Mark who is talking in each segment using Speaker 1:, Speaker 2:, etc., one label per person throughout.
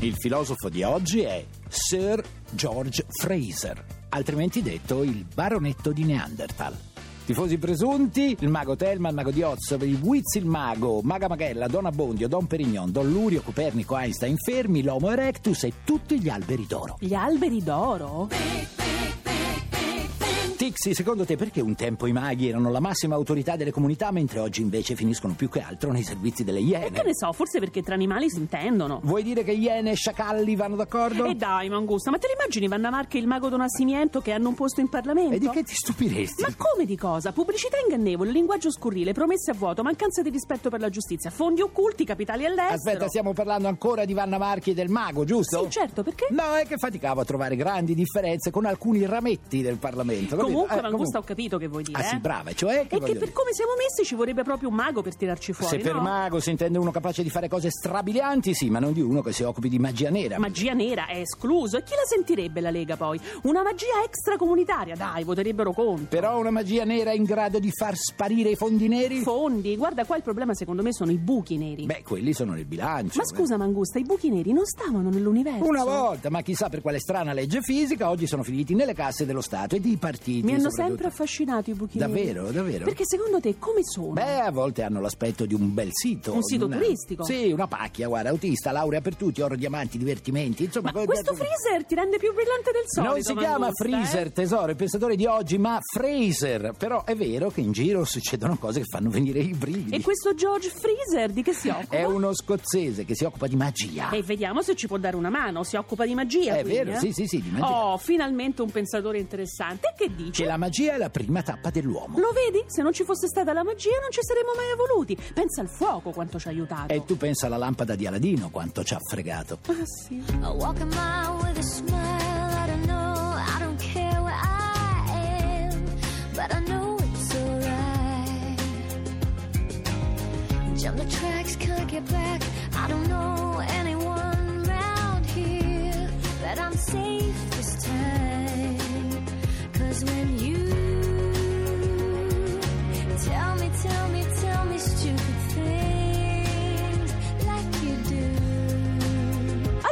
Speaker 1: Il filosofo di oggi è Sir George Fraser, altrimenti detto il baronetto di Neanderthal. Tifosi presunti, il mago Telma, il mago di Oz, il Wiz il mago, Maga Magella, Don Abbondio, Don Perignon, Don Lurio, Copernico, Einstein, Fermi, l'Homo erectus e tutti gli alberi d'oro.
Speaker 2: Gli alberi d'oro?
Speaker 1: Tixi, secondo te perché un tempo i maghi erano la massima autorità delle comunità mentre oggi invece finiscono più che altro nei servizi delle
Speaker 2: E che
Speaker 1: iene?
Speaker 2: ne so, forse perché tra animali si intendono.
Speaker 1: Vuoi dire che iene e sciacalli vanno d'accordo?
Speaker 2: E dai, Mangusta, ma te li immagini Vanna Marche e il mago Don Assimiento che hanno un posto in Parlamento?
Speaker 1: E di che ti stupiresti?
Speaker 2: Ma come di cosa? Pubblicità ingannevole, linguaggio scurrile, promesse a vuoto, mancanza di rispetto per la giustizia, fondi occulti, capitali all'estero.
Speaker 1: Aspetta, stiamo parlando ancora di Vanna Marchi e del mago, giusto?
Speaker 2: Sì, certo, perché?
Speaker 1: No, è che faticavo a trovare grandi differenze con alcuni rametti del Parlamento. capito?
Speaker 2: Comunque,
Speaker 1: Eh,
Speaker 2: Mangusta, ho capito che vuoi dire.
Speaker 1: Ah sì,
Speaker 2: eh.
Speaker 1: brava, cioè che
Speaker 2: E
Speaker 1: voglio
Speaker 2: che per
Speaker 1: dire?
Speaker 2: come siamo messi ci vorrebbe proprio un mago per tirarci fuori,
Speaker 1: Se per
Speaker 2: no?
Speaker 1: mago si intende uno capace di fare cose strabilianti, sì, ma non di uno che si occupi di magia nera.
Speaker 2: Magia nera è escluso. E chi la sentirebbe la Lega poi? Una magia extracomunitaria, dai, voterebbero contro.
Speaker 1: Però una magia nera in grado di far sparire i fondi neri?
Speaker 2: Fondi, guarda qua il problema secondo me sono i buchi neri.
Speaker 1: Beh, quelli sono nel bilancio.
Speaker 2: Ma scusa eh, Mangusta, i buchi neri non stavano nell'universo?
Speaker 1: Una volta, ma chissà per quale strana legge fisica, oggi sono finiti nelle casse dello Stato e dei partiti.
Speaker 2: Mi hanno
Speaker 1: soprattutto.
Speaker 2: sempre affascinato i buchi neri.
Speaker 1: Davvero, davvero?
Speaker 2: Perché secondo te come sono?
Speaker 1: Beh, a volte hanno l'aspetto di un bel sito.
Speaker 2: Un sito
Speaker 1: Una-
Speaker 2: turistico?
Speaker 1: Sì, una pacchia, guarda, autista, laurea per tutti, oro, diamanti, divertimenti, insomma...
Speaker 2: Ma
Speaker 1: co-
Speaker 2: questo freezer ti rende più brillante del solito.
Speaker 1: Non si chiama
Speaker 2: Mangusta, eh?
Speaker 1: Freezer, tesoro, il pensatore di oggi, ma Fraser. Però è vero che in giro succedono cose che fanno venire i brividi.
Speaker 2: E questo George Freezer di che si occupa?
Speaker 1: È uno scozzese che si occupa di magia.
Speaker 2: E vediamo se ci può dare una mano. Si occupa di magia.
Speaker 1: Ah. È
Speaker 2: quindi,
Speaker 1: vero,
Speaker 2: eh?
Speaker 1: sì, sì, sì, di magia.
Speaker 2: Oh, finalmente un pensatore interessante. E Che dice?
Speaker 1: Che la magia è la prima tappa dell'uomo.
Speaker 2: Lo vedi? Se non ci fosse stata la magia non ci saremmo mai evoluti. Pensa al fuoco quanto ci ha aiutato.
Speaker 1: E tu pensa alla lampada di Aladino quanto ci ha fregato.
Speaker 2: Ah, sì.
Speaker 3: I walk a mile with a smile. I don't know, I don't care where I am, but I know it's alright. Jump the tracks, can't get back. I don't know anyone round here, but I'm safe this time. Cause when you tell me, tell me, tell me stupid things like you do.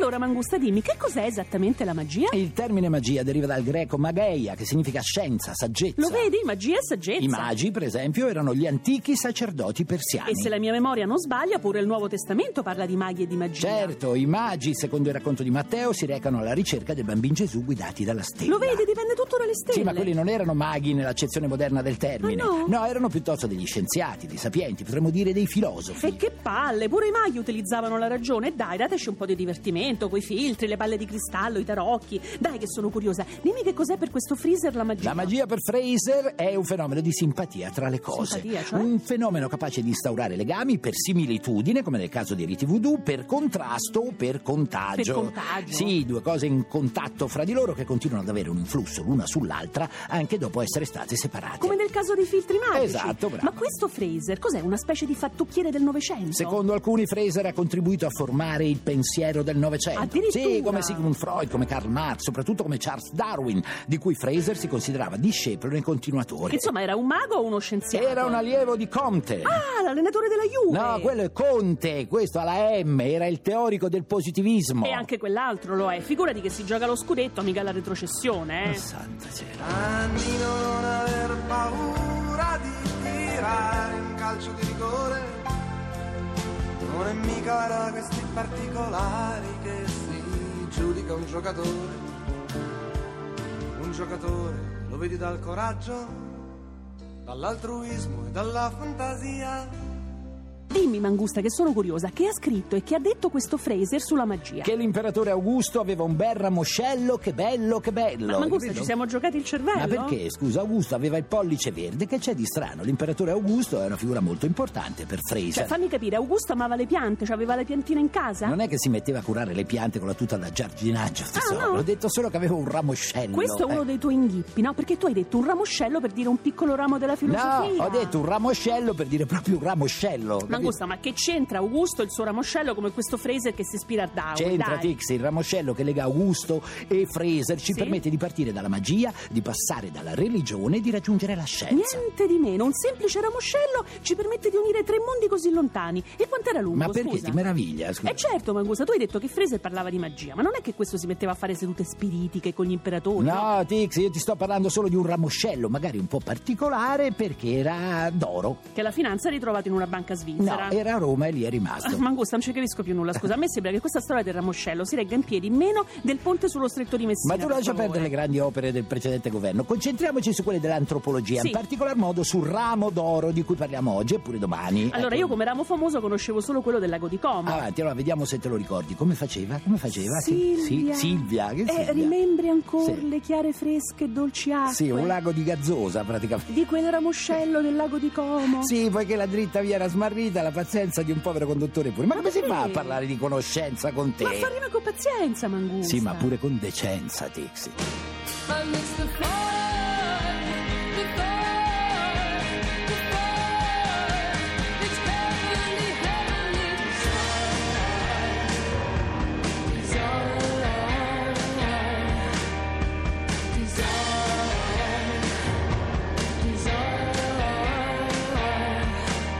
Speaker 2: Allora, Mangusta, dimmi, che cos'è esattamente la magia?
Speaker 1: Il termine magia deriva dal greco mageia, che significa scienza, saggezza.
Speaker 2: Lo vedi? Magia e saggezza.
Speaker 1: I magi, per esempio, erano gli antichi sacerdoti persiani.
Speaker 2: E se la mia memoria non sbaglia, pure il Nuovo Testamento parla di maghi e di magia.
Speaker 1: Certo, i magi, secondo il racconto di Matteo, si recano alla ricerca del bambino Gesù guidati dalla stella.
Speaker 2: Lo vedi? Dipende tutto dalle stelle.
Speaker 1: Sì, ma quelli non erano maghi nell'accezione moderna del termine.
Speaker 2: Ah, no?
Speaker 1: erano piuttosto degli scienziati, dei sapienti, potremmo dire dei filosofi.
Speaker 2: E che palle, pure i maghi utilizzavano la ragione. Dai, dateci un po' di divertimento, coi filtri, le palle di cristallo, i tarocchi. Dai che sono curiosa. Dimmi che cos'è per questo freezer la magia.
Speaker 1: La magia per Fraser è un fenomeno di simpatia tra le cose.
Speaker 2: Simpatia, cioè?
Speaker 1: Un fenomeno capace di instaurare legami per similitudine, come nel caso dei riti voodoo, per contrasto o per contagio.
Speaker 2: Per contagio?
Speaker 1: Sì, due cose in contatto fra di loro che continuano ad avere un influsso l'una sull'altra anche dopo essere state separate.
Speaker 2: Come nel caso dei filtri magici.
Speaker 1: Esatto, bravo.
Speaker 2: Ma questo Fraser cos'è? Una specie di fattucchiere del Novecento?
Speaker 1: Secondo alcuni Fraser ha contribuito a formare il pensiero del Novecento.
Speaker 2: Addirittura?
Speaker 1: Sì, come Sigmund Freud, come Karl Marx, soprattutto come Charles Darwin, di cui Fraser si considerava discepolo e continuatore.
Speaker 2: Insomma, era un mago o uno scienziato?
Speaker 1: Era un allievo di Comte.
Speaker 2: Ah, l'allenatore della Juve!
Speaker 1: No, quello è Conte, questo alla M, era il teorico del positivismo.
Speaker 2: E anche quell'altro lo è. Figurati che si gioca lo scudetto, mica la retrocessione,
Speaker 1: Oh,
Speaker 2: eh.
Speaker 1: Santa cielo.
Speaker 4: Anni non aver paura di tirare un calcio di rigore, non è mica da questi particolari che si giudica un giocatore. Un giocatore lo vedi dal coraggio, dall'altruismo e dalla fantasia.
Speaker 2: Dimmi, Mangusta, che sono curiosa, che ha scritto e che ha detto questo Fraser sulla magia?
Speaker 1: Che l'imperatore Augusto aveva un bel ramoscello, che bello, che bello.
Speaker 2: Ma Mangusta,
Speaker 1: capito?
Speaker 2: ci siamo giocati il cervello?
Speaker 1: Ma perché, scusa, Augusto aveva il pollice verde, che c'è di strano? L'imperatore Augusto è una figura molto importante per
Speaker 2: Cioè,
Speaker 1: Fraser.
Speaker 2: fammi capire, Augusto amava le piante, cioè aveva le piantine in casa?
Speaker 1: Non è che si metteva a curare le piante con la tuta da giardinaggio, tesoro.
Speaker 2: Ah, no?
Speaker 1: Ho detto solo che aveva un ramoscello.
Speaker 2: Questo è uno
Speaker 1: eh.
Speaker 2: dei tuoi inghippi, no? Perché tu hai detto un ramoscello per dire un piccolo ramo della filosofia.
Speaker 1: No, ho detto un ramoscello per dire proprio un ramoscello.
Speaker 2: Mangusta, ma che c'entra Augusto e il suo ramoscello come questo Fraser che si ispira a Down?
Speaker 1: capito? C'entra
Speaker 2: Ah, dai.
Speaker 1: Tix, il ramoscello che lega Augusto e Fraser ci
Speaker 2: Sì?
Speaker 1: permette di partire dalla magia, di passare dalla religione e di raggiungere la scienza.
Speaker 2: Niente di meno, un semplice ramoscello ci permette di unire tre mondi così lontani. E quanto era lungo,
Speaker 1: Ma perché
Speaker 2: scusa?
Speaker 1: ti meraviglia? Scusa.
Speaker 2: Eh certo, Mangusta, tu hai detto che Fraser parlava di magia, ma non è che questo si metteva a fare sedute spiritiche con gli imperatori?
Speaker 1: No, Tix, io ti sto parlando solo di un ramoscello, magari un po' particolare perché era d'oro.
Speaker 2: Che la finanza è ritrovata in una banca
Speaker 1: No,
Speaker 2: svizzera.
Speaker 1: era a Roma e lì è
Speaker 2: Ah,
Speaker 1: rimasto.
Speaker 2: Mangusta, non ci capisco più nulla, scusa. A me sembra che questa storia del ramoscello si regga in piedi meno del ponte sullo stretto di Messina.
Speaker 1: Ma tu
Speaker 2: per
Speaker 1: lascia
Speaker 2: favore.
Speaker 1: perdere le grandi opere del precedente governo, concentriamoci su quelle dell'antropologia,
Speaker 2: Sì.
Speaker 1: in particolar modo sul ramo d'oro di cui parliamo oggi e pure domani.
Speaker 2: Allora,
Speaker 1: Ecco.
Speaker 2: io come ramo famoso conoscevo solo quello del lago di Como.
Speaker 1: Avanti, allora vediamo se te lo ricordi. Come faceva? Come faceva? Ah, Sì,
Speaker 2: Silvia.
Speaker 1: Sì, Silvia. Che
Speaker 2: Eh,
Speaker 1: Silvia?
Speaker 2: rimembri ancora
Speaker 1: Sì.
Speaker 2: le chiare fresche e dolci acque
Speaker 1: Sì, un lago di gazzosa praticamente.
Speaker 2: di quel ramoscello del lago di Como.
Speaker 1: Sì, poiché la dritta via era smarrita, la pazienza di un povero conduttore pure. Ma,
Speaker 2: Ma
Speaker 1: come si fa a
Speaker 2: perché?
Speaker 1: parlare di conoscenza con te?
Speaker 2: Ma fa rima con pazienza, Mangusta.
Speaker 1: Sì, ma pure con decenza, Tixi.
Speaker 3: I miss the fun before, before it's heavenly, heavenly. It's alright. It's alright. It's alright.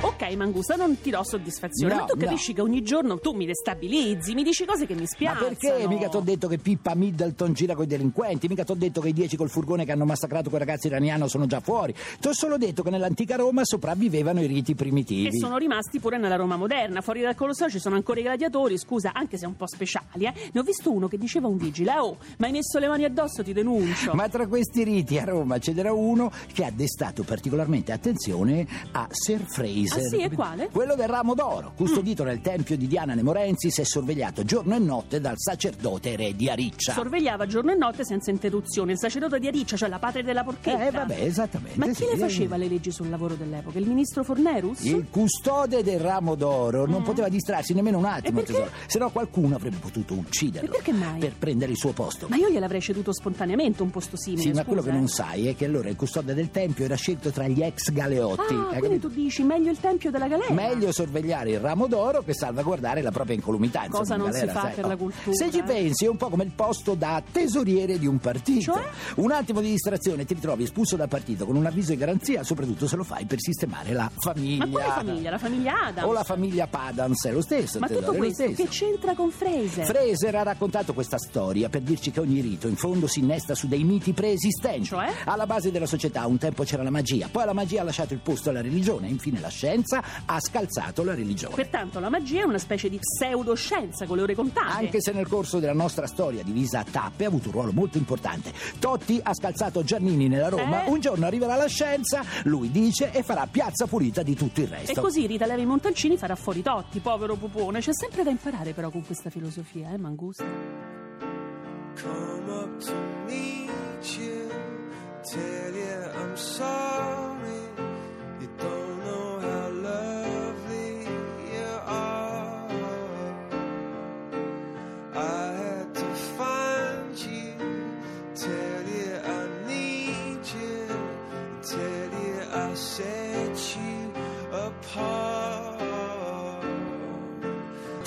Speaker 2: Ok, Mangusta, non ti do soddisfazione.
Speaker 1: No,
Speaker 2: ma tu
Speaker 1: no.
Speaker 2: capisci che ogni giorno tu mi destabilizzi, mi dici cose che mi
Speaker 1: Ma
Speaker 2: spiazzano.
Speaker 1: perché mica t'ho detto che Pippa Middleton gira coi delinquenti? Mica t'ho detto che i dieci col furgone che hanno massacrato quel ragazzo iraniano sono già fuori. T'ho solo detto che nell'antica Roma sopravvivevano i riti primitivi.
Speaker 2: E sono rimasti pure nella Roma moderna. Fuori dal Colosseo ci sono ancora i gladiatori, scusa, anche se un po' speciali, eh. Ne ho visto uno che diceva a un vigile: Oh, ma hai messo le mani addosso, ti denuncio.
Speaker 1: Ma tra questi riti a Roma ce n'era uno che ha destato particolarmente attenzione a Sir Fraser.
Speaker 2: Ah, sì? E quale?
Speaker 1: Quello del ramo d'oro, custodito nel tempio di Diana Nemorensis e sorvegliato giorno e notte dal sacerdote re di Ariccia. Eh,
Speaker 2: Sorvegliava giorno e notte senza interruzione il sacerdote di Ariccia, cioè la patria della porchetta.
Speaker 1: eh, vabbè, esattamente.
Speaker 2: Ma chi
Speaker 1: sì.
Speaker 2: le faceva le leggi sul lavoro dell'epoca? Il ministro Fornerus?
Speaker 1: Il custode del ramo d'oro non
Speaker 2: Mm.
Speaker 1: poteva distrarsi nemmeno un attimo,
Speaker 2: E perché?
Speaker 1: tesoro. Se no qualcuno avrebbe potuto ucciderlo.
Speaker 2: E perché mai?
Speaker 1: Per prendere il suo posto.
Speaker 2: Ma io gliel'avrei ceduto spontaneamente un posto simile.
Speaker 1: Sì, ma
Speaker 2: scusa,
Speaker 1: quello che
Speaker 2: eh.
Speaker 1: non sai è che allora il custode del tempio era scelto tra gli ex
Speaker 2: Ah,
Speaker 1: galeotti. Eh,
Speaker 2: quindi
Speaker 1: hai capito?
Speaker 2: tu dici meglio il tempio della galera?
Speaker 1: Meglio sorvegliare il ramo d'oro che salvaguardare la propria incolumità. insomma,
Speaker 2: Cosa
Speaker 1: in
Speaker 2: non si
Speaker 1: galera,
Speaker 2: fa
Speaker 1: sai,
Speaker 2: per
Speaker 1: oh.
Speaker 2: la cultura,
Speaker 1: Se ci
Speaker 2: eh?
Speaker 1: pensi, è un po' come il posto da tesoriere di un partito.
Speaker 2: Cioè?
Speaker 1: Un attimo di distrazione e ti ritrovi espulso dal partito con un avviso di garanzia, soprattutto se lo fai per sistemare la famiglia.
Speaker 2: Ma quale famiglia? La famiglia Adams?
Speaker 1: O la famiglia Padans, è lo stesso.
Speaker 2: Ma
Speaker 1: tesoro,
Speaker 2: tutto
Speaker 1: è lo
Speaker 2: questo
Speaker 1: stesso.
Speaker 2: che c'entra con Fraser?
Speaker 1: Fraser ha raccontato questa storia per dirci che ogni rito in fondo si innesta su dei miti preesistenti.
Speaker 2: Cioè?
Speaker 1: Alla base della società un tempo c'era la magia, poi la magia ha lasciato il posto alla religione, e infine la scienza ha scalzato la religione.
Speaker 2: Pertanto la magia è una specie di pseudoscienza con le ore contate.
Speaker 1: Anche se nel corso della nostra storia divisa a tappe ha avuto un ruolo molto importante. Totti ha scalzato Giannini nella Roma,
Speaker 2: Eh?
Speaker 1: un giorno arriverà la scienza, lui dice e farà piazza pulita di tutto il
Speaker 2: E
Speaker 1: resto.
Speaker 2: così Rita Levi Montalcini farà fuori Totti, povero pupone. C'è sempre da imparare però con questa filosofia, eh, Mangusta?
Speaker 4: Come up to meet you, tell you I'm sorry. You don't know how lovely you are. I had to find you, tell you I need you, tell you I set you apart.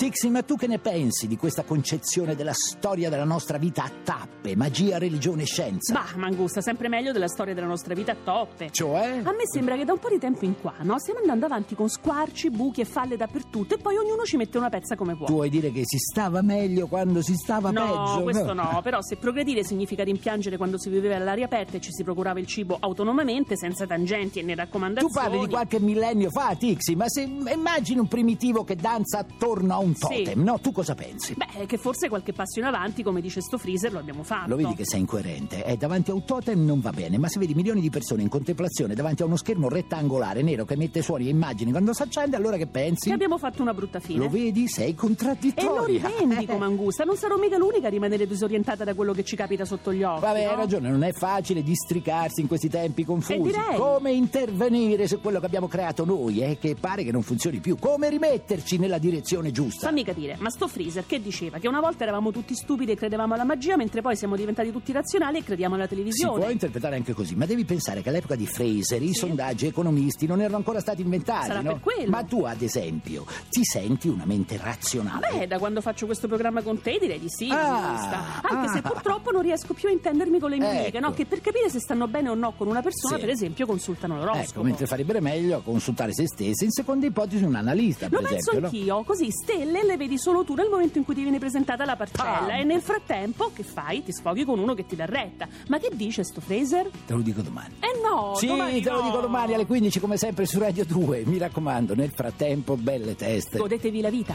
Speaker 1: Tixi, ma tu che ne pensi di questa concezione della storia della nostra vita a tappe, magia, religione e scienza?
Speaker 2: Bah, Mangusta, sempre meglio della storia della nostra vita a toppe.
Speaker 1: Cioè?
Speaker 2: A me sembra che da un po' di tempo in qua, no? Stiamo andando avanti con squarci, buchi e falle dappertutto e poi ognuno ci mette una pezza come può.
Speaker 1: Tu vuoi dire che si stava meglio quando si stava
Speaker 2: No,
Speaker 1: peggio?
Speaker 2: questo no, però se progredire significa rimpiangere quando si viveva all'aria aperta e ci si procurava il cibo autonomamente, senza tangenti e né
Speaker 1: Tu
Speaker 2: raccomandazioni.
Speaker 1: parli di qualche millennio fa, Tixi, ma se immagini un primitivo che danza attorno a un un totem, no? Tu cosa pensi?
Speaker 2: Beh, che forse qualche passo in avanti, come dice sto freezer, lo abbiamo fatto.
Speaker 1: Lo vedi che sei incoerente? Eh, davanti a un totem non va bene, ma se vedi milioni di persone in contemplazione davanti a uno schermo rettangolare nero che emette suoni e immagini quando si accende, allora che pensi?
Speaker 2: Che abbiamo fatto una brutta fine.
Speaker 1: Lo vedi? Sei
Speaker 2: E lo
Speaker 1: contraddittoria.
Speaker 2: rivendico, Mangusta. Non sarò mica l'unica a rimanere disorientata da quello che ci capita sotto gli occhi.
Speaker 1: Vabbè, hai
Speaker 2: no?
Speaker 1: ragione, non è facile districarsi in questi tempi confusi.
Speaker 2: Eh, direi.
Speaker 1: Come intervenire su quello che abbiamo creato noi, eh, che pare che non funzioni più? Come rimetterci nella direzione giusta?
Speaker 2: Fammi capire, ma sto freezer che diceva? Che una volta eravamo tutti stupidi e credevamo alla magia, mentre poi siamo diventati tutti razionali e crediamo alla
Speaker 1: Si
Speaker 2: televisione.
Speaker 1: può interpretare anche così, ma devi pensare che all'epoca di Fraser i
Speaker 2: Sì.
Speaker 1: sondaggi economisti non erano ancora stati inventati,
Speaker 2: Sarà
Speaker 1: no?
Speaker 2: per quello.
Speaker 1: Ma tu, ad esempio, ti senti una mente razionale?
Speaker 2: Ah, Beh, da quando faccio questo programma con te direi di sì,
Speaker 1: Ah,
Speaker 2: Mangusta. Anche se
Speaker 1: ah.
Speaker 2: purtroppo non riesco più a intendermi con le mie
Speaker 1: Ecco.
Speaker 2: amiche, no? Che per capire se stanno bene o no con una persona,
Speaker 1: Sì.
Speaker 2: per esempio, consultano l'oroscopo.
Speaker 1: Ecco, mentre farebbe meglio consultare se stesse, in seconda ipotesi un analista,
Speaker 2: Lo
Speaker 1: per
Speaker 2: penso
Speaker 1: esempio, no?
Speaker 2: anch'io, così stelle le vedi solo tu nel momento in cui ti viene presentata la parcella
Speaker 1: Pam!
Speaker 2: e nel frattempo che fai? Ti sfoghi con uno che ti dà retta. Ma che dice sto Fraser?
Speaker 1: Te lo dico domani.
Speaker 2: Eh no,
Speaker 1: sì,
Speaker 2: domani
Speaker 1: te lo
Speaker 2: no.
Speaker 1: dico domani alle 15 come sempre su Radio 2. Mi raccomando, nel frattempo belle teste.
Speaker 2: Godetevi la vita.